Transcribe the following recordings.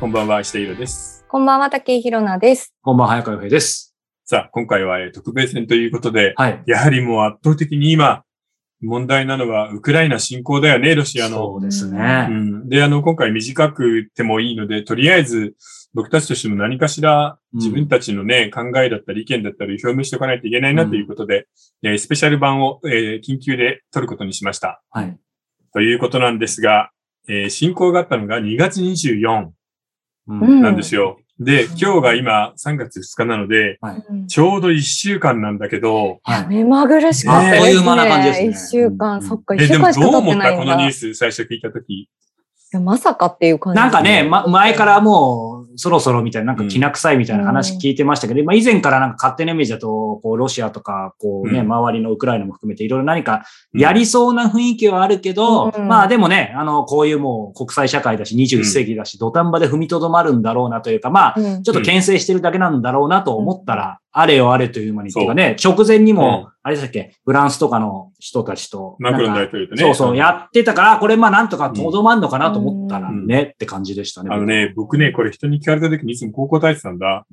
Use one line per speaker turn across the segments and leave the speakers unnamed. こんばんは、していろです。
こんばんは、竹井ひろなです。
こんばんは、早川洋平です。
さあ、今回はえー特別編ということで、
はい。
やはりもう圧倒的に今、問題なのはウクライナ侵攻だよね、ロシアの。
そうです
う
ね。
ん、で、あの、今回短くてもいいので、とりあえず、僕たちとしても何かしら、
うん
自分たちのね、考えだったり意見だったり表明しておかないといけないなということで、えースペシャル版を、えー緊急で撮ることにしました。
はい。
ということなんですが、えー進行があったのが2月24
う
うん
ん。
なんですよ。で、今日が今3月2日なので、ちょうど1週間なんだけど、
はい。
目まぐるしかった
あっと
いう間な感じですね
一週間、
うん
そっか、一
え、
週
でも
間
ど
しか
う
経っ
思
て
っ
な
た
い
こ
ん
の
だ。
ニュー
い
ス最初聞いたとき。
やまさかっていう感じ。
なんかね、ま、前からもう、そろそろみたいな、なん
う
か
ん
きな臭いみたいな話聞いてましたけど、まあ以前からなんか勝手なイメージだと、こう、ロシアとか、こうね、
うん
周りのウクライナも含めて、いろいろ何かやりそうな雰囲気はあるけど、
うん
まあでもね、あの、こういうもう国際社会だし、21世紀だし、土壇場で踏みとどまるんだろうなというか、まあ、
うん。
ちょっと牽制してるだけなんだろうなと思ったら、あれよあれという間に、っていうかね、直前に
う
も、あれでしたっけ、フランスとかの人たちと、
マクロン
な
大
んか
統領とね。
そうそう、やってたから、これまあなんとかとどまんのかなと思ったら
うん
ね、って感じでしたね。
あのね、僕ね、これ人に聞かれた時にいつも高校体てたんだ。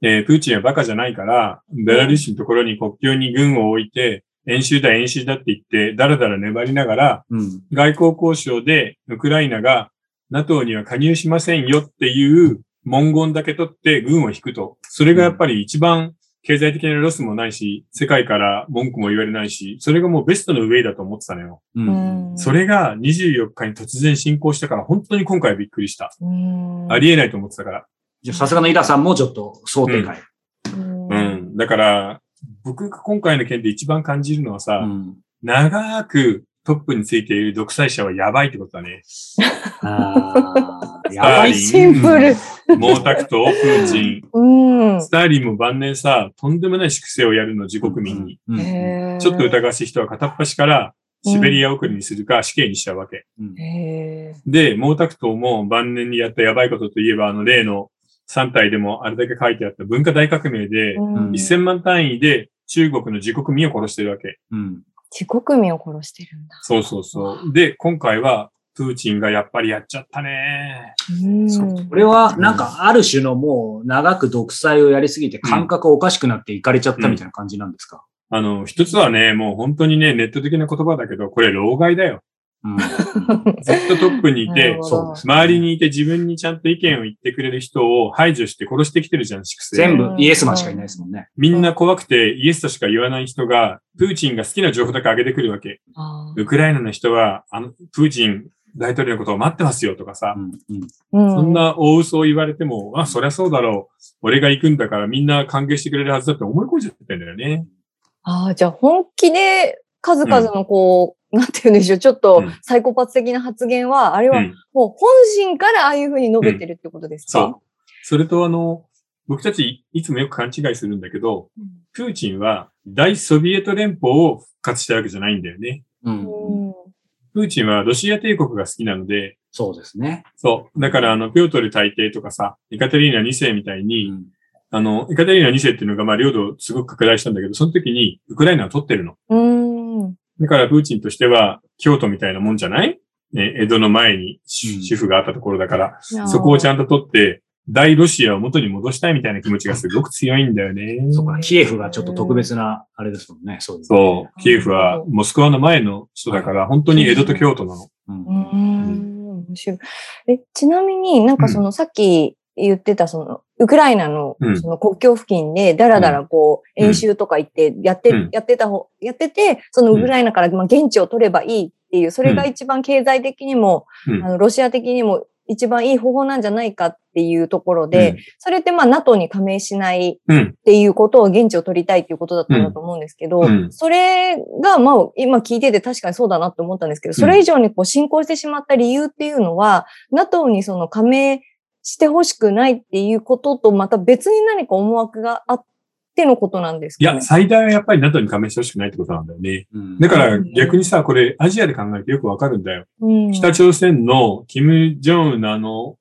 えープーチンはバカじゃないから、ベラルーシのところに国境に軍を置いて、演習だ演習だって言って、だらだら粘りながら、
うん。
外交交渉でウクライナが NATO には加入しませんよっていう文言だけ取って軍を引くと。それがやっぱり一番経済的なロスもないし、世界から文句も言われないし、それがもうベストのウェイだと思ってたのよ。
う。
うんん。
それが24日に突然進行したから本当に今回びっくりした。
うん、
ありえないと思ってたから。
じゃあさすがのイラさんもちょっと想定外。
うん。
うん。だから、僕が今回の件で一番感じるのはさ、
うん。
長くトップについている独裁者はやばいってことだね。
あーや
あ
ば
ー
い。
シンプル。
毛沢東、プーチン、
うん。
スターリンも晩年さ、とんでもない粛清をやるの、自国民に。
うん。うん
へー
ちょっと疑わしい人は片っ端からシベリア送りにするか死刑にしちゃうわけ。
へー
で、毛沢東も晩年にやったやばいことといえば、あの例の3体でもあれだけ書いてあった文化大革命で、
うん
1000万単位で中国の自国民を殺してるわけ。
うん。
自国民を殺してるんだ。
そうそうそう。で、今回は、プーチンがやっぱりやっちゃったね。
うん。
そう
これは、なんか、ある種のもう、長く独裁をやりすぎて、感覚おかしくなっていかれちゃったみたいな感じなんですか
あの、一つはね、もう本当にね、ネット的な言葉だけど、これ、老害だよ。
うん。
ずっとトップにい
なる
て
ほ、ど
そうですね
周りにいて自分にちゃんと意見を言ってくれる人を排除して殺してきてるじゃん、粛清。
全部イエスマンしかいないですもんね。
みんな怖くてイエスとしか言わない人が、プーチンが好きな情報だけ上げてくるわけ。
あー
ウクライナの人は、あの、プーチン大統領のことを待ってますよとかさ、
うん
そんな大嘘を言われても、あ、そりゃそうだろう。俺が行くんだからみんな歓迎してくれるはずだって思い込んじゃってんだよね。
ああ、じゃあ本気で数々のこう、なんて言うんでしょう、ちょっ
う
と
ん
サイコパス的な発言は、あれ
う
は
ん。
もう本心からああいうふうに述べてるってことです
そ
か
う、。それとあの、僕たちいつもよく勘違いするんだけど、プーチンは大ソビエト連邦を復活したわけじゃないんだよね。
うん。
うん
プーチンはロシア帝国が好きなので、
そうですね。
そう。だから、あの、ピョートル大帝とかさ、エカテリーナ2世みたいに、
うん
あの、エカテリーナ2世っていうのが、まあ、領土をすごく拡大したんだけど、その時にウクライナを取ってるの。
うん。
だから、プーチンとしては、京都みたいなもんじゃないね、江戸の前に
うん
主婦があったところだから、そこをちゃんと取って、大ロシアを元に戻したいみたいな気持ちがすごく強いんだよね。
そこからキエフがちょっと特別な、あれですもんね。そういう。
そう。キエフはモスクワの前の人だから、本当に江戸と京都なの。
うん。
うーん。面白い。え、ちなみになんかそのさっき言ってたその、ウクライナの
うん
その国境付近でだらだらこう
うん
演習とか行ってやって、
うん
やってた方、やってて、そのウクライナからまあ現地を取ればいいっていう、それが一番経済的にも、
うん
あのロシア的にも一番いい方法なんじゃないかっていうところで、
うん
それってまあ NATO に加盟しない
うん。
っていうことを現地を取りたいっていうことだったんだと思うんですけど、
うん
それが、まあ、今聞いてて確かにそうだなって思ったんですけど、それ以上にこう進行してしまった理由っていうのは、NATO にその加盟してほしくないっていうことと、また別に何か思惑があってのことなんです
い
か、ね、
や、最大はやっぱり NATO に加盟してほしくないってことなんだよね。
うん
だから逆にさ、これアジアで考えてよくわかるんだよ。
うん、
北朝鮮のキム・ジョンウンのあの、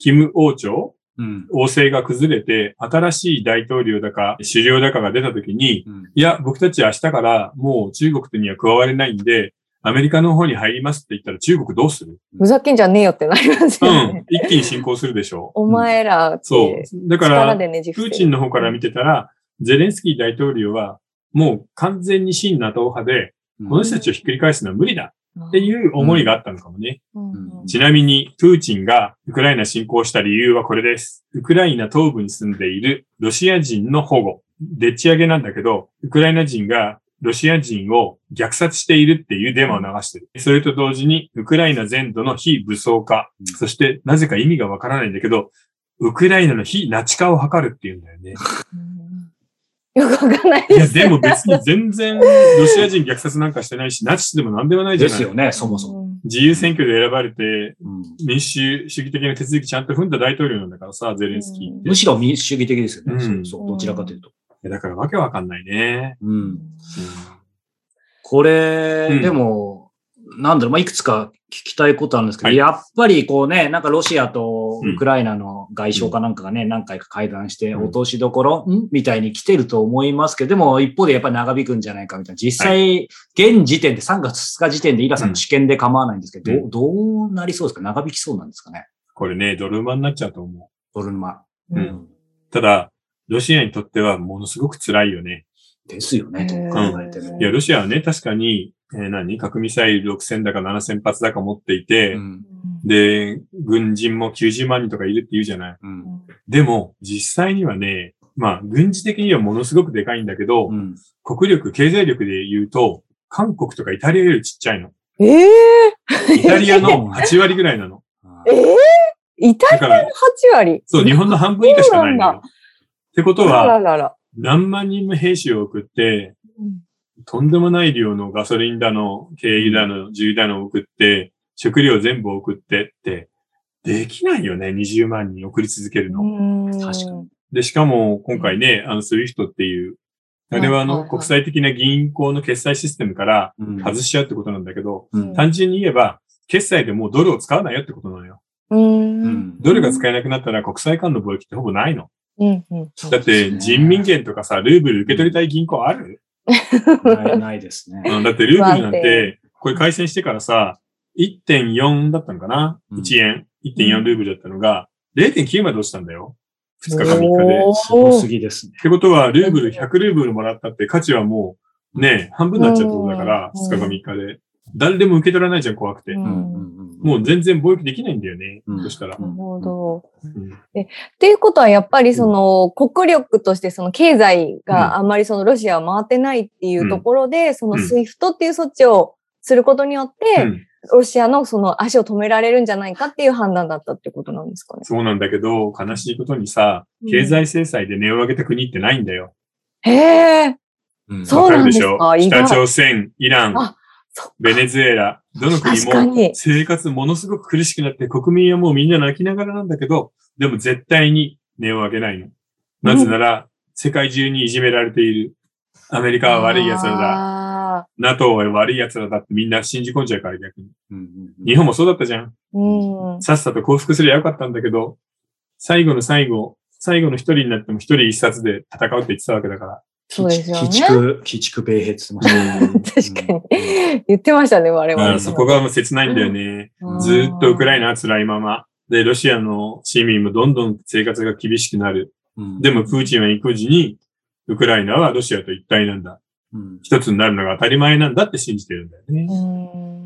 キム王朝
うん。
王政が崩れて、新しい大統領だか、首領だかが出た時に、
うん
いや、僕たち明日からもう中国とには加われないんで、アメリカの方に入りますって言ったら中国どうする
ふざけんじゃねえよってなります
う
よね
ん。。一気に侵攻するでしょう。
お前らって、
そう。だか
力
ら、
でねじ
プ
伏
ー
せ
チ
る
ンの方から見てたら、ゼレンスキー大統領は、もう完全に親 NATO 派で、この人たちをひっくり返すのは無理だっていう思いがあったのかもね。
うんうん
ちなみに、プーチンがウクライナ侵攻した理由はこれです。ウクライナ東部に住んでいるロシア人の保護。でっち上げなんだけど、ウクライナ人がロシア人を虐殺しているっていうデマを流してる。それと同時に、ウクライナ全土の非武装化。
うん
そして、なぜか意味がわからないんだけど、ウクライナの非ナチ化を図るっていうんだ よね。
うんよくわかんない
い
で
や、
す。
でも別に全然ロシア人虐殺なんかしてないし、ナチスでも何でもないじゃ
で
ない。
すよね、そもそも。
うん
自由選挙で選ばれて、
うん
民主主義的な手続きちゃんと踏んだ大統領なんだからさ、ゼレンスキーって
む。しろ民主主義的ですよね。
うん
そうそう、どちらかというと。
いやだからわけわかんないね。
うん。これ、
うん
でも、なんだろう、まあ、いくつか聞きたいことあるんですけど、
はい
やっぱりこうね、なんかロシアと
うん
ウクライナの外相かなんかがね、何回か会談して、
うん
落としどころみたいに来てると思いますけど、でも一方でやっぱり長引くんじゃないかみたいな、実際、現時点で3月2日時点でイラさんの試験で構わないんですけど、
う
どうどうなりそうですか長引きそうなんですかね
これね、ドルマになっちゃうと思
ボルマ。
う
うん
う。ただ、ロシアにとってはものすごく辛いよね。
ですよね、どう考えても
い。や、ロシアはね、確かに、えー何核ミサイル6000だか7000発だか持っていて、
うん
で、軍人も90万人とかいるって言うじゃない。
うん
でも、実際にはね、まあ、軍事的にはものすごくでかいんだけど、
うん
国力、経済力で言うと、韓国とかイタリアよりちっちゃいの。
ええ
イタリア の8割ぐらいなの。
ええイタ
だ
リ
か
ア
ら
の、8割。
そう、日本の半分以下しかないの
そうなん
よ。ってこと
あら
は、
らら。
何万人も兵士を送って、
うん
とんでもない量のガソリンだの、軽油だの、重油だの送って、食料全部送ってって、できないよね、20万人送り続けるの。
うん
確かに
で、しかも今回ね、あの、スイフトっていう、あれはあ
はい
の、
はいはい
国際的な銀行の決済システムから
うん
外しちゃうってことなんだけど、
うん
単純に言えば、決済でもうドルを使わないよってことなのよ。
うん。
う
うん
ん
ドルが使えなくなったら国際間の貿易ってほぼないの。
うんうん。
だって、人民元とかさ、ルーブル受け取りたい銀行ある、
ないないですね。
うん、だってルーブルなん
不安定
て、これ改戦してからさ、1.4だったのかな
うん
?1 円。1.4ルーブルだったのが、0.9まで落ちたんだよ。2日か3日で。
お
すごす
ー
ぎですね。
ってことは、ルーブル、100ルーブルもらったって価値はもう、ね、半分になっちゃうってことだから、
うん
2日か3日で。誰でも受け取らないじゃん、怖くて
う。ん
も
う
う全然貿易できないんだよね。
うん
そしたら。
なるほど。
うん
っていうことは、やっぱりその国力としてその経済があんまりそのロシアは回ってないっていうところで、そのスイフトっていう措置をすることによっ
う
て、
ん
ロシアのその足を止められるんじゃないかっていう判断だったってことなんですかね。
そうなんだけど、悲しいことにさ、経済制裁で値を上げた国ってないんだよ。
へえ、
ん
そう
わかるでし
そう
ょ
なんですか
北
意外
朝鮮、イラン、
あそっ
ベネズエラ、どの国
確かに
も生活ものすごく苦しくなって国民はもうみんな泣きながらなんだけど、でも絶対に値を上げないの。なぜなら、世界中にいじめられている。アメリカは悪い奴らだ。
だ。
NATO は悪い奴らだってみんな信じ込んじゃうから逆に。日
日
本もそうだったじゃん。
うん。
さっさと降伏すりゃよかったんだけど、最後の最後、最後の一人になっても一人一冊で戦うって言ってたわけだから。
そうですよね
鬼畜、鬼畜米兵って言ってましたね。
確かに。言ってましたね、我々。
うんそこがもう切ないんだよね。
うん
ずーっとウクライナは辛いまま。で、ロシアの市民もどんどん生活が厳しくなる。
うん
でも、プーチンは育児に、ウクライナはロシアと一体なんだ。
うん
一つになるのが当たり前なんだって信じてるんだよね。
う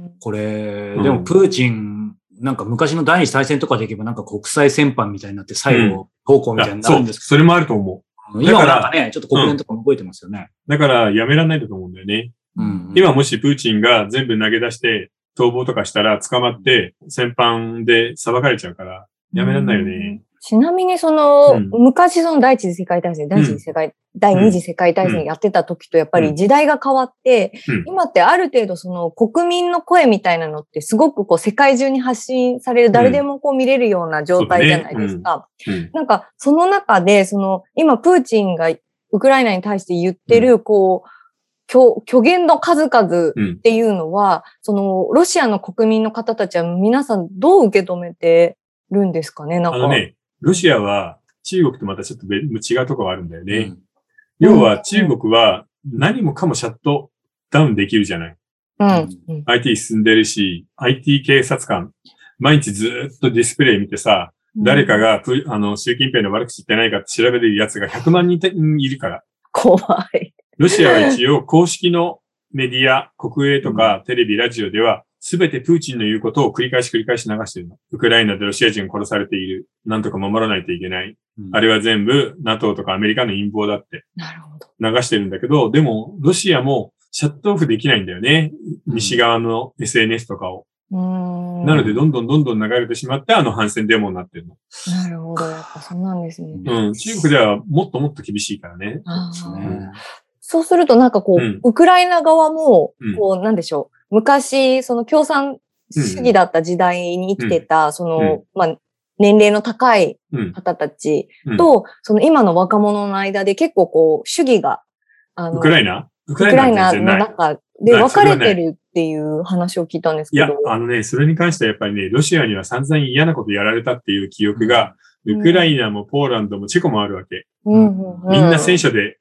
ん。
これ、
うん
でもプーチン、なんか昔の第二次大戦とかでいけばなんか国際戦犯みたいになって最後、投稿みたいに
あ
なる
そ
ん
う、
です
それもあると思
けど、今
だか
はな
ら
んかね、ちょっと国連とかも動いてますよね。
う。だから、やめられないんだと思うんだよね。
うん
今もしプーチンが全部投げ出して、逃亡とかしたら捕まって、戦犯で裁かれちゃうから、やめられないよね。
ちなみに、その、
うん
昔その第一次世界大戦、第一次世界、第二次世界大戦やってた時とやっぱり時代が変わって、
うん
今ってある程度その国民の声みたいなのってすごくこう世界中に発信される、誰でもこう見れるような状態じゃないですか。
うん。
なんか、その中で、その、今、プーチンがウクライナに対して言ってる、こう、虚虚言の数々
うん
っていうのは、その、ロシアの国民の方たちは皆さんどう受け止めてるんですかねなん
あ
か。
のね、ロシアは中国とまたちょっと別違うとこがあるんだよね。
うん
要は中国は何もかもシャットダウンできるじゃない。
うん。うん。
IT 進んでるし、IT 警察官、毎日ずーっとディスプレイ見てさ、誰かがプ、あの、習近平の悪口言ってないかって調べてる奴が100万人いるから。
怖い。
ロシアは一応公式のメディア、国営とかテレビ、ラジオでは、すべてプーチンの言うことを繰り返し繰り返し流しているの。ウクライナでロシア人が殺されている。なんとか守らないといけない。あれは全部 NATO とかアメリカの陰謀だって
なるほど。
流してるんだけど、でもロシアもシャットオフできないんだよね。西側の SNS とかを。
うーん。
なので、どんどんどんどん流れてしまって、あの反戦デモになってるの。
なるほど。やっぱそうなんですね。
うん。中国ではもっともっと厳しいからね。
あ
そ
ー
うですね
そうするとなんかこう、
うん
ウクライナ側も
うん、
こう、なんでしょう。昔、その共産主義だった時代に生きてた、その、
うん
まあ、年齢の高い
うん。
方たちと、その今の若者の間で結構こう、主義が、あ
ウ
の、
クライナウク
ウ
ラ
ク
イナ
ライ
は
ナ
全然な
の
い。
中で
ない
分
そ
か
れは
れてるっていう話を聞いたんです
い
けど。
や、あのね、それに関してはやっぱりね、ロシアには散々嫌なことやられたっていう記憶が、
うん
ウクライナもポーランドもチェコもあるわけ。
うんうんう
みんな戦車で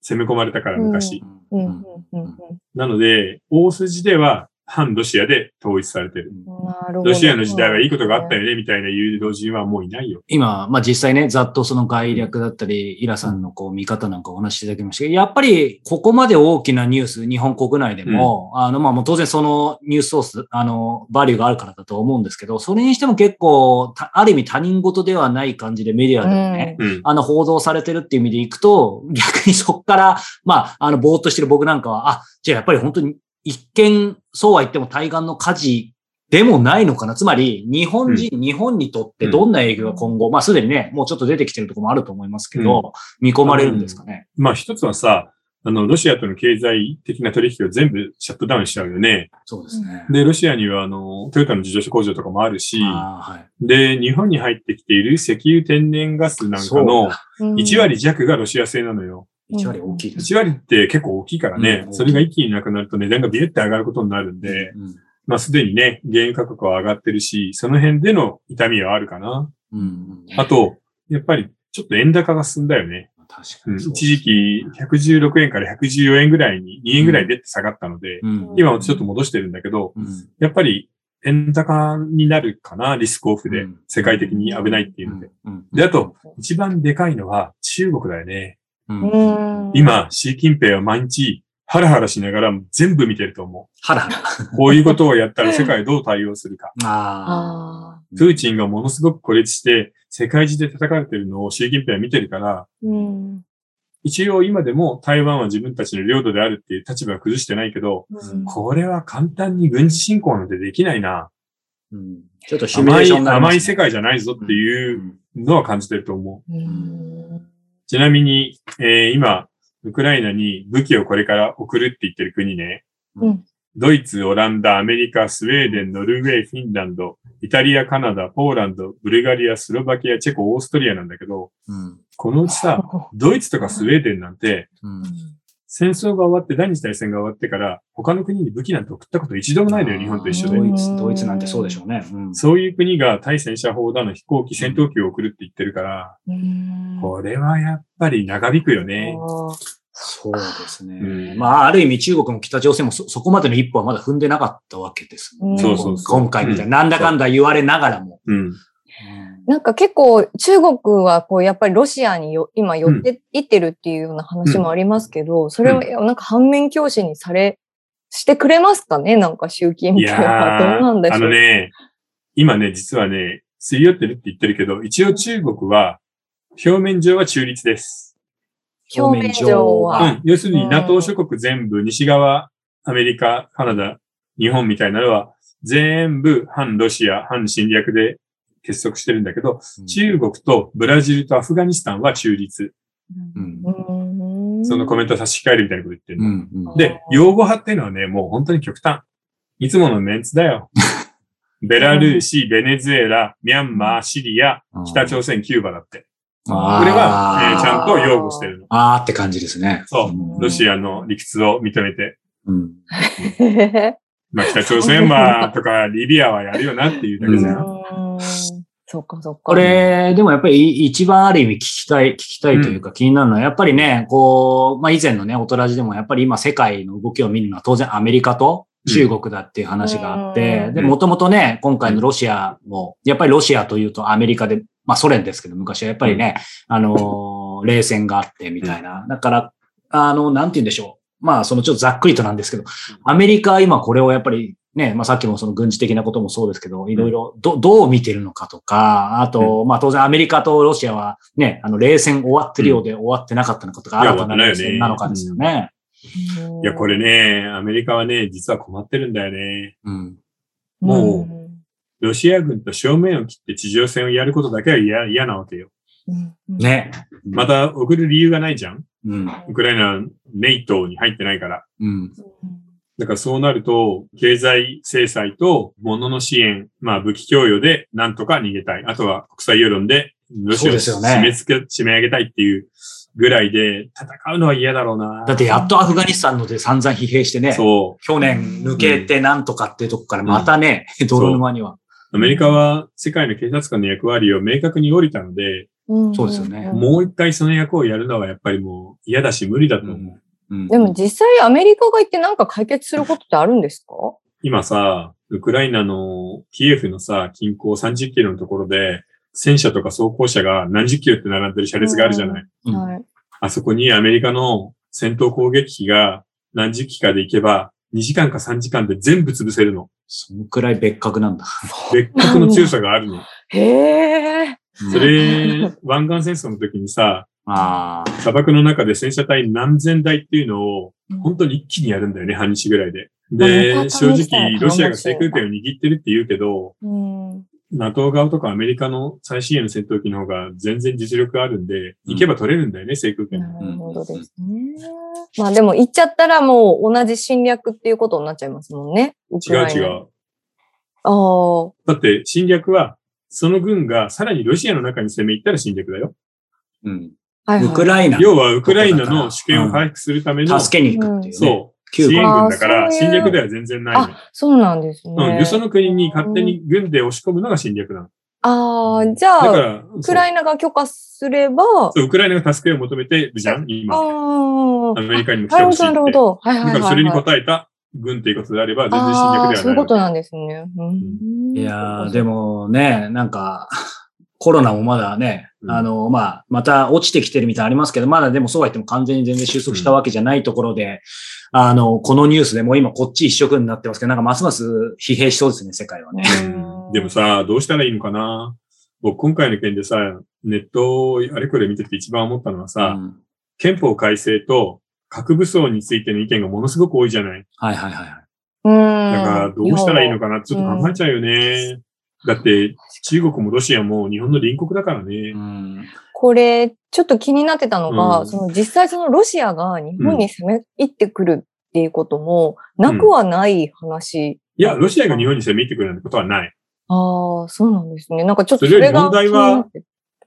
攻め込まれたから、昔。
う
うんん
うんうん
なので、大筋では反ロシアで統一されてる。
うんなるほど。
ロシアの時代はいいことがあったよね、みたいな言う老人はもういないよ。
今、まあ実際ね、ざっとその概略だったり、イラさんのこう見方なんかお話しいただきましたけど、やっぱりここまで大きなニュース、日本国内でも、あの、まあもう当然そのニュースソース、あの、バリューがあるからだと思うんですけど、それにしても結構、たある意味他人事ではない感じでメディアでもね、
うん。
あの、報道されてるっていう意味でいくと、逆にそこから、まあ、あの、ぼーっとしてる僕なんかは、あ、じゃあやっぱり本当に一見、そうは言っても対岸の火事でもないのかな。つまり、日本人、日本にとってどんな影響が今後、まあすでにね、もうちょっと出てきてるところもあると思いますけど、見込まれるんですかね。
まあ一つはさ、あの、ロシアとの経済的な取引を全部シャットダウンしちゃうよね。
そうですね。
で、ロシアにはあの、トヨタの自動車工場とかもあるし、
あーはい
で、日本に入ってきている石油天然ガスなんか
そう
の
だ
1割弱がロシア製なのよ。
一割大きいです。
1割って結構大きいからね、
うん
それが一気になくなると値段がビュッて上がることになるんで、
うん
まあすでにね、原油価格は上がってるし、その辺での痛みはあるかな。
うん
あ、と、やっぱりちょっと円高が進んだよね。
確か
うん
にそうですね
一時期、116円から114円ぐらいに2円ぐらい出て下がったので、
うん
今はちょっと戻してるんだけど、
うん
やっぱり円高になるかな、リスクオフで
うん。
世界的に危ないっていううので。
んうん
で、あと、一番でかいのは中国だよね。
うん
うん、
今、習近平は毎日、ハラハラしながら全部見てると思
ハラハラ。
う。こういうことをやったら世界どう対応するか。
あ
ああ。
プーチンがものすごく孤立して、世界中で叩かれてるのを習近平は見てるから、
うん。
一応今でも台湾は自分たちの領土であるっていう立場は崩してないけど、
うん
これは簡単に軍事侵攻なんてできないな。
ーうんちょっとシミュレ
甘
ー
い、
ションになり
甘
ますね
い世界じゃないぞっていううんのは感じてると思う。
うん
ちなみに、えー今、ウクライナに武器をこれから送るって言ってる国ね。
うん
ドイツ、オランダ、アメリカ、スウェーデン、ノルウェー、フィンランド、イタリア、カナダ、ポーランド、ブルガリア、スロバキア、チェコ、オーストリアなんだけど、
うん
このうちさ、ドイツとかスウェーデンなんて、
うん
戦争が終わって、第二次大戦が終わってから、他の国に武器なんて送ったこと一度もないのよ、日本と一緒
う
で。
ん
ドイツ、ドイツなんてそうでしょうね。うん
そういう国が対戦車砲だの飛行機、戦闘機を送るって言ってるから、
うん
これはやっぱり長引くよね。
あー
そうですね。
うん
まあ、ある意味中国も北朝鮮もそそこまでの一歩はまだ踏んでなかったわけですもんね。
そう
そうそう
今回みたいな、なんだかんだ言われながらも。
うん。
なんか結構中国はこうやっぱりロシアによ今寄っていってるっていうような話もありますけど、それをなんか反面教師にされ、してくれますかねなんか習近
い
平はどうなんでしょう
あのね、今ね、実はね、すり寄ってるって言ってるけど、一応中国は、表面上は中立です。
表面上
う
は。
ん。要する
う
に
ん
NATO 諸国全部、西側、アメリカ、カナダ、日本みたいなのは、全部反ロシア、反侵略で結束してるんだけど、中国とブラジルとアフガニスタンは中立。
うん
うん
そのコメント差し控えるみたいなこと言ってる
う
の。
んうん
うん
で、擁護派っていうのはね、もう本当に極端。いつものメンツだよ。ベラルーシ、ベネズエラ、ミャンマー、シリア、北朝鮮、キューバだって。こ
あー
れは、えーちゃんと
よ
擁護してるの。
あーって感じですね。
そうロシアの理屈を認めて。
うん。
まあ、北朝鮮は、とか、リビアはやるよなっていうだけじゃん。
うんそうかそうか。
これ、でもやっぱりい一番ある意味聞きたい、聞きたいというか気になるのは、やっぱりね、こう、まあ以前のね、おとらじでもやっぱり今世界の動きを見るのは当然アメリカと中国だっていう話があって、
うん
で、もともとね、今回のロシアも、やっぱりロシアというとアメリカで、まあソ連ですけど、昔はやっぱりね、あのー冷戦があってみたいな。だから、あの、なんて言うんでしょう。まあ、そのちょっとざっくりとなんですけど、アメリカは今これをやっぱりね、まあさっきもその軍事的なこともそうですけど、いろいろど、どう見てるのかとか、あと、まあ当然アメリカとロシアはね、あの冷戦終わってるようで終わってなかったのかとか、
うん
新たな冷
い
戦
や
なのかですよね。
いや、これね、アメリカはね、実は困ってるんだよね。
うん。
もロシア軍と正面を切って地上戦をやることだけは嫌嫌なわけよ。
うん、うん。
ね。
また送る理由がないじゃん
うん。
ウクライナ、ネイトに入ってないから。
うん。
だからそうなると、経済制裁と物の支援、まあ武器供与でなんとか逃げたい。あとは国際世論でロシアを
そうですよ
締
ね
め付け、締め上げたいっていうぐらいで、戦うのは嫌だろうな。
だってやっとアフガニスタンので散々疲弊してね、
そ
去年抜けてなんとかっていうとこからまたね、泥沼には。
う。アメリカは世界の警察官の役割を明確に降りたので、
うん
そうですよね
ん
もう一回その役をやるのはやっぱりもう嫌だし無理だと思う。
うん
でも実際アメリカが行ってなんか解決することってあるんですか
今さ、ウクライナのキエフのさ、近郊30キロのところで、戦車とか装甲車が何十キロって並んでる車列があるじゃない。
うん
はい。
あそこにアメリカの戦闘攻撃機が何十機かで行けば、2時間か3時間で全部潰せるの。
そのくらい別格なんだ。
別格の強さがあるの。
へえ。
それ、湾岸戦争の時にさ、
ああ、
砂漠の中で戦車隊何千台っていうのを、本当に一気にやるんだよね、半日ぐらいで。
あの
で、正
戦車
直、ロシアが制空権を握ってるって言うけど、
うん。
NATO 側とかアメリカの最新鋭の戦闘機の方が全然実力があるんで、
うん
行けば取れるんだよね、制空権。
なるほどですね。まあでも行っちゃったらもう同じ侵略っていうことになっちゃいますもんね。
違う違
う。
う。
ああ。
だって侵略は、その軍がさらにロシアの中に攻め入ったら侵略だよ。
うん。
はい、
ウク
イ
ライナ
要はウクライナの主権を回復するための、
助けに行くっていうね。
そう、
キュ
支
ー
援
バ。
軍だから
あーそうい
侵
う
略では全然ない
あ、そうなんですね。
の。うん、よその国に勝手に軍で押し込むのが侵略なの。
ああ、じゃ
だか
あ、
ら、
ウクライナが許可すれば、あ
そうウクライナが助けを求めてるじゃん、今。
あ
アメリカにも来
な
て
る
ほ
ほ
しいって。
ど、なるほど。はいはい
だ
は
か
い、
ら
はい。
それに応えた軍ということであれば全然侵略では
ああー
ないわけ。
そういうことなんですね。うん
いやーで、もね、なんか、コロナもまだね、
うん
あの、まあ、また落ちてきてるみたいなのありますけど、まだでもそうは言っても完全に全然収束したわけじゃないところで、あの、このニュースでもう今こっち一色になってますけど、なんかますます疲弊しそうですね、世界はね。
うん
でも、さ、どうしたらいいのかな僕、今回の件でさ、ネットをあれこれ見てて一番思ったのはさ、
うん
憲法改正と核武装についての意見がものすごく多いじゃない。
はいはいはいはい。
うん。
だから、どうしたらいいの
か。
かなってちょっと考えちゃうよね。だって、中国もロシアも日本の隣国だからね
う。ん
これ、ちょっと気になってたのが、
うん
その実際そのロシアが日本に攻め入ってくるっていうことも、なくはない話。
いや、ロシアが日本に攻め入ってくるなんてことはない。
ああ、そうなんですね。なんかちょっと
そ
そ
れより
れが
問題は
気になって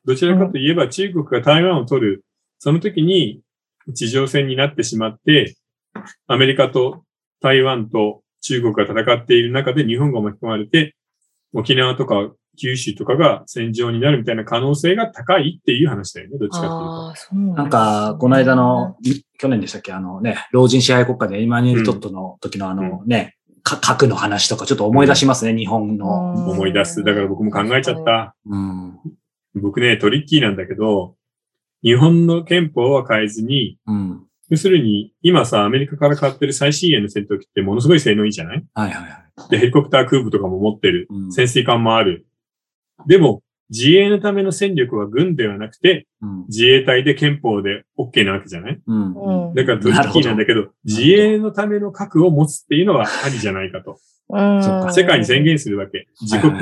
どちらかといえば、中国が台湾を取る、その時に地上戦になってしまって、アメリカと台湾と中国が戦っている中で日本が巻き込まれて、沖縄とか九州とかが戦場になるみたいな可能性が高いっていう話だよね、どっちかっていうと。
ああ、そうなんですね
なんか、この間の、、去年でしたっけあのね、老人支配国家でエマニュエル・トットの時のあのね、か核の話とかちょっと思い出しますね、日本の。
うん
思い出す。だから僕も考えちゃっ。た。
うん。
僕ね、トリッキーなんだけど、日本の憲法は変えずに、
うん。
要するに、今さ、アメリカから変わってる最新鋭の戦闘機ってものすごい性能いいじゃない
はいはいはい。
で、ヘリコプター空母とかも持ってる。
うん
潜水艦もある。でも、自衛のための戦力は軍ではなくて、
うん
自衛隊で憲法で OK なわけじゃない
うん
うん
だからトリッキーなんだけど、自衛のための核を持つっていうのはありじゃないかと。
うん、
そっか
世界に宣言するわけ。自国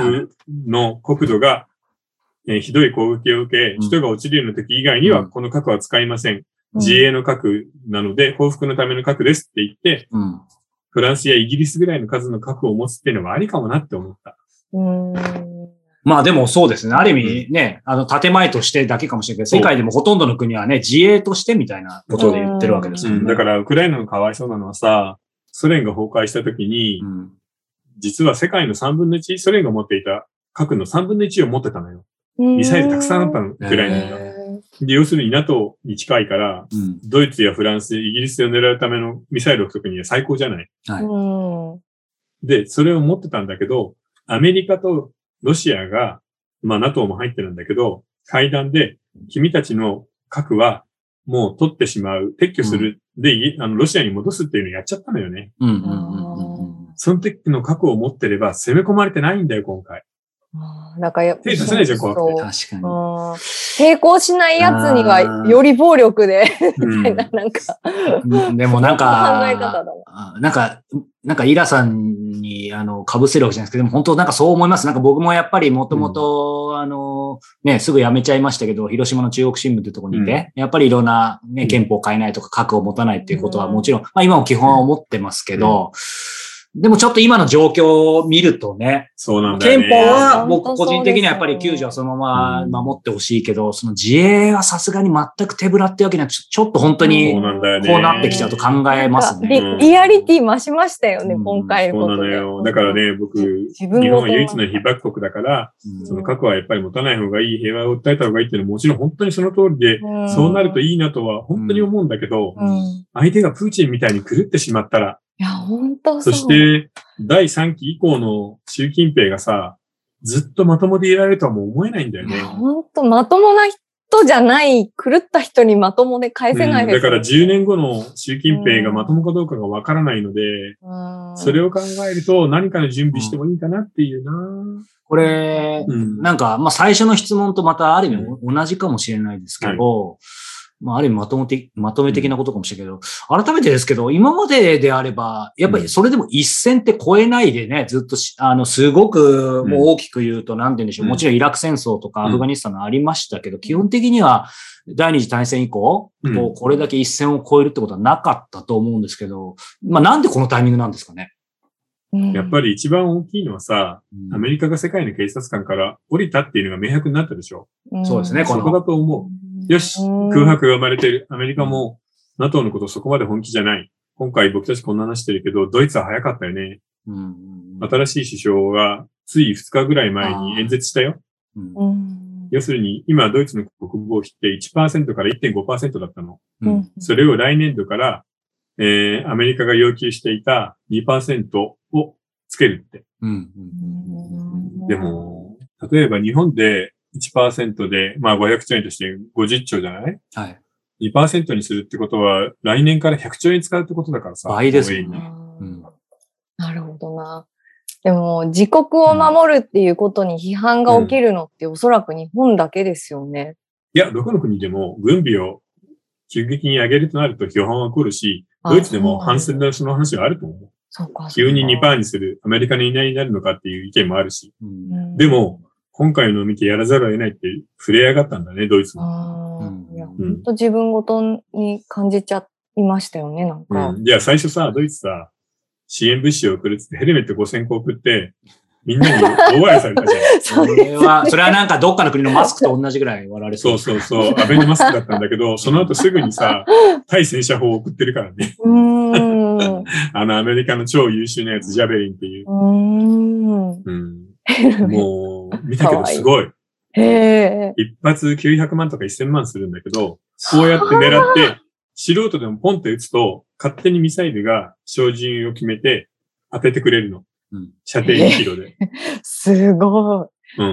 の国土が、えーひどい攻撃を受け、
うん
人が落ちるような時以外に
う
は
ん
この核は使いません。
うん
自衛の核なので、報復のための核ですって言って、
うん。
フランスやイギリスぐらいの数の核を持つっていうのはありかもなって思った。
うん。
まあでもそうですね。ある意味ね、あの、建前としてだけかもしれないけど、世界でもほとんどの国はね、自衛としてみたいなことで言ってるわけです
う
もんね。
ん、だから、ウクライナのかわいそうなのはさ、ソ連が崩壊した時に
う、ん、
実は世界の3分の1、ソ連が持っていた核の3分の1を持ってたのよ。ミサイルたくさんあった
の。
の、ウクライナに
へ
は。
ー
で、要するに NATO に近いから、
うん。
ドイツやフランス、イギリスを狙うためのミサイルを置くときには最高じゃない。
はい
うん。
で、それを持ってたんだけど、アメリカとロシアが、まあ NATO も入ってるんだけど、会談で、君たちの核はもう取ってしまう、撤去する、で、いあの、ロシアに戻すっていうのをやっちゃったのよね。
うん。うん。うんうん。
その時の核を持ってれば攻め込まれてないんだよ、今 回。
あーなんかや、
手出せないじゃん怖くて
そう
確かに。
うん抵抗しないやつにはより暴力で、
うん
みたいな、なんか、
うんでもなん
考え方だ
か、
な。
あなんか、なんかイラさんに、あの、被せるわけじゃないですけど、でも本当なんかそう思います。なんか僕もやっぱりもともと、あの、ね、すぐ辞めちゃいましたけど、広島の中国新聞というところにいて、やっぱりいろんな、ね、憲法を変えないとか核を持たないっていうことはもちろん、まあ今も基本は思ってますけど、でもちょっと今の状況を見るとね、
そうなんだよ
憲
ね。
法は
本当
僕個人的にはやっぱり
そうですよ
9条はそのまま守ってほしいけど、その自衛はさすがに全く手ぶらってわけにはちょちょっと本当
そ
に
うなんだよね。
こうなってきちゃうと考えますね。
うん
リリアリティ増しましたよね、
うん
今回
そう
のこ
な
と
の
で。
よ。だからね、僕、日
自分
本
も
は唯一の被爆国だから、
うん
その核はやっぱり持たない方がいい、平和を訴えた方がいいっていうのはもちろん本当にその通りで、
うん、
そうなるといいなとは本当に思うんだけど、
うん。い
相手がプーチンみたいに狂ってしまったら、
や、本当。
そうして第3期以降の習近平がさ、ずっとまともでいられるとはもう思えないんだよ
い
ね
や、。本当まともな人じゃない、狂った人にまともで返せない
うん
で
だ
すよ
から10年後の習近平がまともかどうかがわからないので、
うん
それを考えると何かの準備してもいいかなっていうな、
これ、
うん
なんか、まあ最初の質問とまたある意味同じかもしれないですけど、まあある意味まともてまとめ的なことかもしれないけど、改めてですけど、今までであれば、やっぱりそれでも一線って超えないでね、ずっとし、あの、すごく、もう大きく言うと、なんて言うんでしょう、
うん
もちろんイラク戦争とか
うん
アフガニスタンのありましたけど、基本的には第二次大戦以降、
うん
こうこれだけ一線を超えるってことはなかったと思うんですけど、まあなんでこのタイミングなんですかね。
やっぱ
り、
り一番大きいのはさ、アメリカが世界の警察官から降りたっていうのが明白になったでしょ。
ん
そうですねこ
そ
の
こだと思う。よし、空。白が生まれてる。アメリカも NATO のことそこまで本気じゃない。今回僕たちこんな話してるけど、ドイツは早かったよね。
うんうんうん
新しい首相がつい2日ぐらい前に演説したよ。
うん
うんうん
要するに、今ドイツの国防費って1%から1.5%だったの。
う
う
んん
それを来年度から、えー、アメリカが要求していた2%をつけるって。
うん
うん
でも、例えば日本で1%で、まあ500兆円として50兆じゃない
はい。
2%にするってことは、来年から100兆円使うってことだからさ。
倍ですもん
防衛
ね
に
うん
なるほどな。でも、自国を守るっていうことに批判が起きるのって、おそらく日本だけですよね。
いや、どこの国でも軍備を急激に上げるとなると批判は起こるし、
あ
ドイツでも
そうなんだ
反戦のその話はあると思う。
そうか。
急に
倍。
2%にする、アメリカのいないになるのかっていう意見もあるし。
うん
うん
でも、、今回のを見てやらざるを得ないって触れ上がったんだね、ドイツも。
あ
うん
あ、いや、
う
本
ん
当自分ごとに感じちゃいましたよね、なんか。
うん。いや、最初さ、ドイツさ、支援物資を送るっつってヘルメット5000個送って、みんなに大笑いされたじゃん。
そう
そ
です
れは、それはなんかどっかの国のマスクと同じぐらい笑わ れ
そう
そ
そうそう、アベノマスクだったんだけど、その後すぐにさ、対戦車砲を送ってるからね。
うーん。う
あのアメリカの超優秀なやつ、ジャベリンっていう。
ーん。
うん。もう、見たけどすごい。
へえ。
一発900万とか1000万するんだけど、こうやって狙って、素人でもポンって撃つと、勝手にミサイルが照準を決めて当ててくれるの。
うん
射程2キロで。
すご
う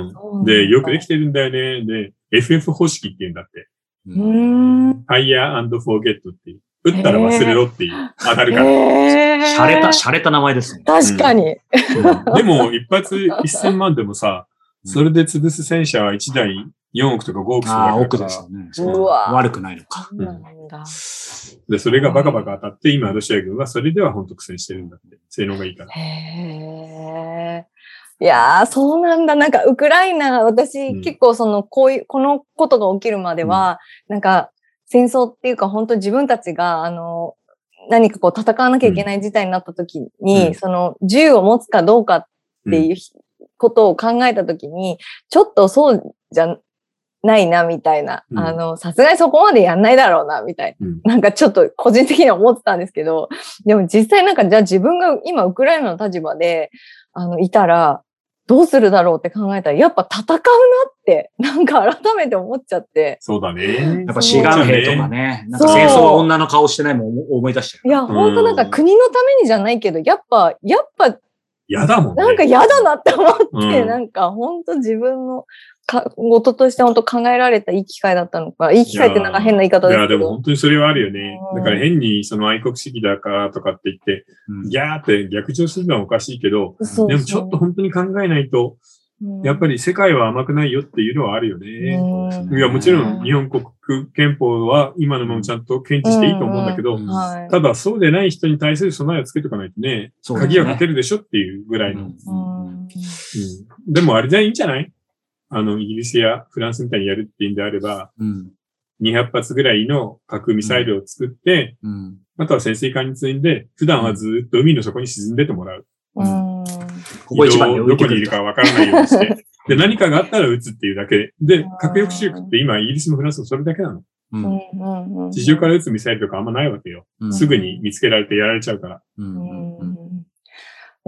ん。
い。
で、よくでき
て
てるんだよね。で、FF 方式って言うんだって。
う。
うーん。
Fire and Forget っていう。撃ったら忘れろっていう。当たるから。
へえ。
洒落た、洒落た名前ですね。
確かに。
でも、一発1000万でもさ、それで潰す戦車は1台4億とか5億する
ああ、
わけ
奥
だか
です
ら
よ。ね。
うわ
悪くないのか。
そうなんだ。
で、それがバカバカ当たって、今ロシア軍はそれでは本当苦戦してるんだって。性能がいいから。
へえ。いやー、そうなんだ。なんか、ウクライナ、私、
うん
結構その、こういう、このことが起きるまでは、なんか、戦争っていうか、本当自分たちが、あの、何かこう、戦わなきゃいけない事態になった時に、
うん
その、銃を持つかどうかっ
う
て
ん
いうことを考えたときに、ちょっとそうじゃないな、みたいな。
うん
あの、さすがにそこまでやんないだろうな、みたいな。
うん
なんかちょっと個人的には思ってたんですけど、でも実際なんかじゃあ自分が今ウクライナの立場で、あの、いたら、どうするだろうって考えたら、やっぱ戦うなって、なんか改めて思っちゃって。
そうだね。
やっぱ志願兵とかね、なんか
そう
戦争は女の顔してないもん思思い出した
い
よ。
や、本当なんか国のためにじゃないけど、やっぱ、やっぱ、
嫌だもんね。
なんか嫌だなって思って、
うん
なんか本当自分のか、こととして本当考えられたいい機会だったのか、いい機会ってなんか変な言い方
い
で
や、
す
で
け
も
ど。
本当にそれはあるよね。
うん
だから変にその愛国主義だからとかって言って、
うん
ギャーって逆上するのはおかしいけど、
そうそう
でもちょっと、本当に考えないと、
うん
やっぱり世界は甘くないよっていうのはあるよね。
うん
いや、もちろ
うん
ん日本国憲法は今のままちゃんと堅持していいと思うんだけど、
うん
はい。
ただそうでない人に対する備えをつけとかないとね、
そうだね
鍵はかけるでしょっていうぐらいの。
うん
うんでもあれじゃいいんじゃないあの、イギリスやフランスみたいにやるっていうんであれば、
うん
200発ぐらいの核ミサイルを作って、
うん
あとは潜水艦に積んで、普段はずっと海の底に沈んでてもらう。
うん
ここ一番で
移動
浮
ど
い
こ
て
に
く
い
る
る
と。
かわからないように して。で、何かがあったら撃つっていうだけで。で
ん、
核抑止力って今イギリスもフランスもそれだけなの。
う
うん
ん
うんうん
地上から撃つミサイルとかあんまないわけよ。
うん
すぐに見つけられてやられちゃうから。
うんうんうん
い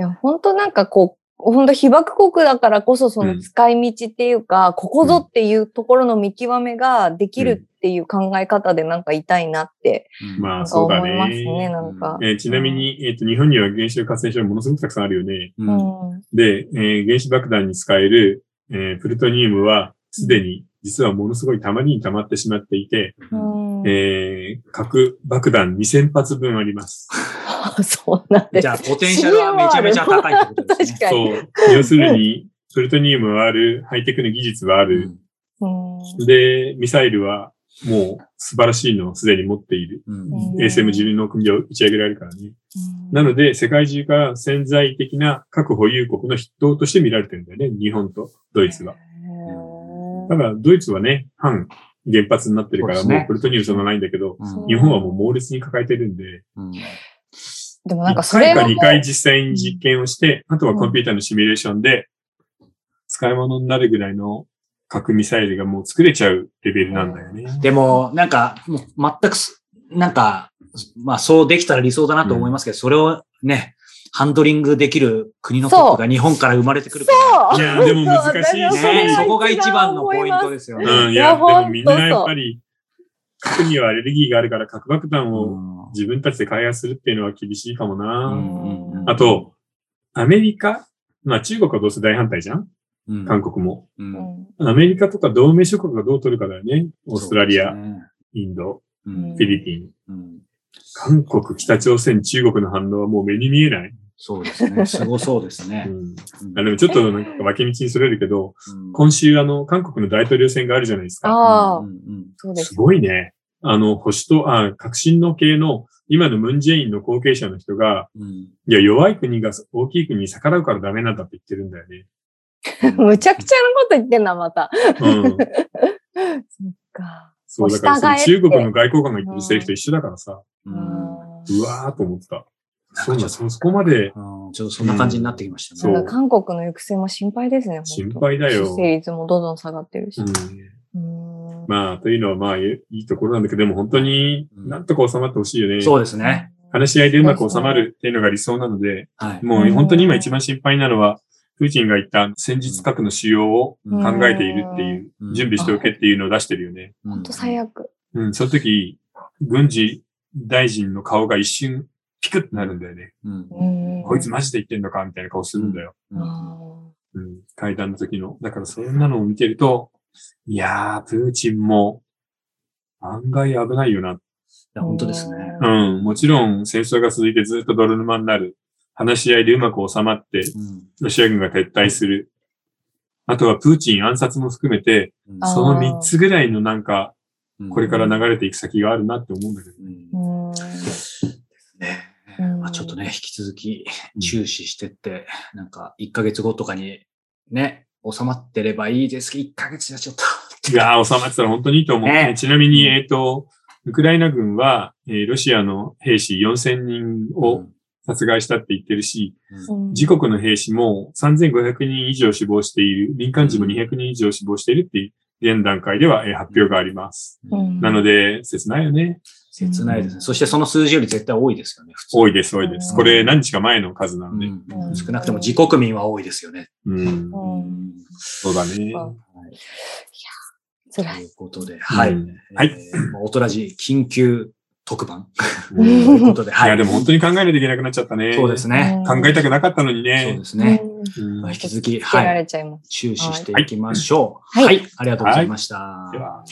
や、本当なんかこう、本当被爆国だからこそその使い道っていうか、ここぞっていうところの見極めができるっていう考え方でなんかいたいなって、
ま
ま
あ
な
あ
んか
そう
思
だ
いますね、
ね。
なんか。
えーちなみに、えっと、日本には原子力発電所がものすごくたくさんあるよね。
う
うん
ん。うん。
で、えー原子爆弾に使える、えープルトニウムはすでに実はものすごいたまりに溜まってしまっていて、
うん
えー核爆弾2000発分あります。
そうなんです。
じゃあ、ポテンシャルはめちゃめちゃ高いってことです
確
ね。
かに。
そう。要するに、プルトニウムはある、ハイテクの技術はある。
うん
で、ミサイルはもう素晴らしいのをすでに持っている。
うん
うん
ASM14 の組を打ち上げられるからね。なので、世界中から潜在的な核保有国の筆頭として見られてるんだよね。日本とドイツは。ただ、ドイツはね、反原発になってるか
そ
ら、
うですね
もうプルトニウムそんなないんだけど、
うん
日本はもう猛烈に抱えてるんで、
うん
でもなんか
1
それ
回か
はもう
2回実際に実験をして、あとはコンピューターのシミュレーションで、使い物になるぐらいの核ミサイルがもう作れちゃうレベルなんだよね。
でも、なんか、もう全くす、なんか、まあ、そうできたら理想だなと思いますけど、それをね、ハンドリングできる国のトップが日本から生まれてくるから。
そう
いや、でも難しい
そう私はれ
ね
が一
ね。
番
そこが一番のポイントですよね。
うん、い
いや
や、でもみんな
ほんとそう
やっぱり、核にはアレルギーがあるから核爆弾
う
を
ん
自分たちで開発するっていうのは厳しいかも
う
な。
んうん
あと、アメリカ、まあ中国はどうせ大反対じゃん
うん
韓国も。
うん
うん
アメリカとか同盟諸国がどう取るかだよね。オーストラリ
そう
ア、
ですね
インド、
うん
フィリピン。
うん
韓国、北朝鮮、中国の反応はもう目に見えない。
そうですね。すごそうです
う
ね。
ん、
うん
あでもちょっとなんか脇道にそれるけど、
うん
今週あの、韓国の大統領選があるじゃないですか。
あ
う
あ、
んうん
そうです
す。ごいね。あの、保守と、あ、革新の系の、今のムンジェインの後継者の人が、
うん
いや、弱い国が大きい国に逆らうからダメなんだって言ってるんだよね。
むちゃくちゃなこと言ってんな、また。
うん。
か
そう、だからそ
もう
の
従えって
中国の外交官が言ってる人一緒だからさ、
う
うんん
うわーと思ってた。そ
なん
う
かちょ
だ、そ、
っと
そこまで
うんちょっとそんな感じになってきました
な
そ
ん
う
ね。
か韓国の行く末も心配ですね、本当
心配だよ。
成立もどんどん下がってるし
う。ん
うん
まあ、というのはまあ、いいいところなんだけど、でも本当になんとか収まってほしいよね。
そうですね。。
話し合いでうまく収まるっていうのが理想なので、
はい。
もう本当に今一番心配なのは、プーチンが言った戦術核の使用を
うん
考えているっていう
う、ん
準備しておけっていうのを出してるよね。
本
本当最悪。
うん、その時、軍事大臣の顔が一瞬ピクッとなるんだよね。
うん
こいつマジで言ってんのかみたいな顔するんだよ。
あ
うん、会談の時の。だからそんなのを見てると、いやー、プーチンも案外危ないよな。
本当ですね。
うん、もちろん戦争が続いてずっと泥沼になる。話し合いでうまく収まって、ロシア軍が撤退する。あとはプーチン暗殺も含めて、
うん
あー
その3つぐらいのなんか、これから流れていく先があるなって思うんだけど。
うん
ー。
ね
うん
まあちょっとね、引き続き
うん
注視してって、なんか1ヶ月後とかにね、収まってればいいですけど、1ヶ月じゃちょっと。
いやー、収まってたら本当にいいと思う。
ね
ちなみに、えっ、と、ウクライナ軍は、えーロシアの兵士4000人
う
を
ん
殺害したって言ってるし、
うん
自国の兵士も3500人以上死亡している、民間人も200人以上死亡しているっていう現段階ではえー発表があります。
うん
なので、切ないよね。
切ないですね。そしてその数字より絶対多いですよね、普通。
多いです、多いです。これ何日か前の数なんで。
うん少なくとも自国民は多いですよね。
うん。
うん
そうだね。
あ
はいと
辛
い
い。
うことで、はい。
うんはい
えー。まあ大人じ緊急特番
うん
と
い
いうことで、は
や、
い
で。も本当に考えないといけなくなっちゃったね。
そうですね。
考えたくなかったのに
そう
ね
で。すね。
うん
うん
まあ
で
引き続き、
つけら
はい。
れちゃいます。
注視していきましょう。
はい
はい。ありがとうございました。
は、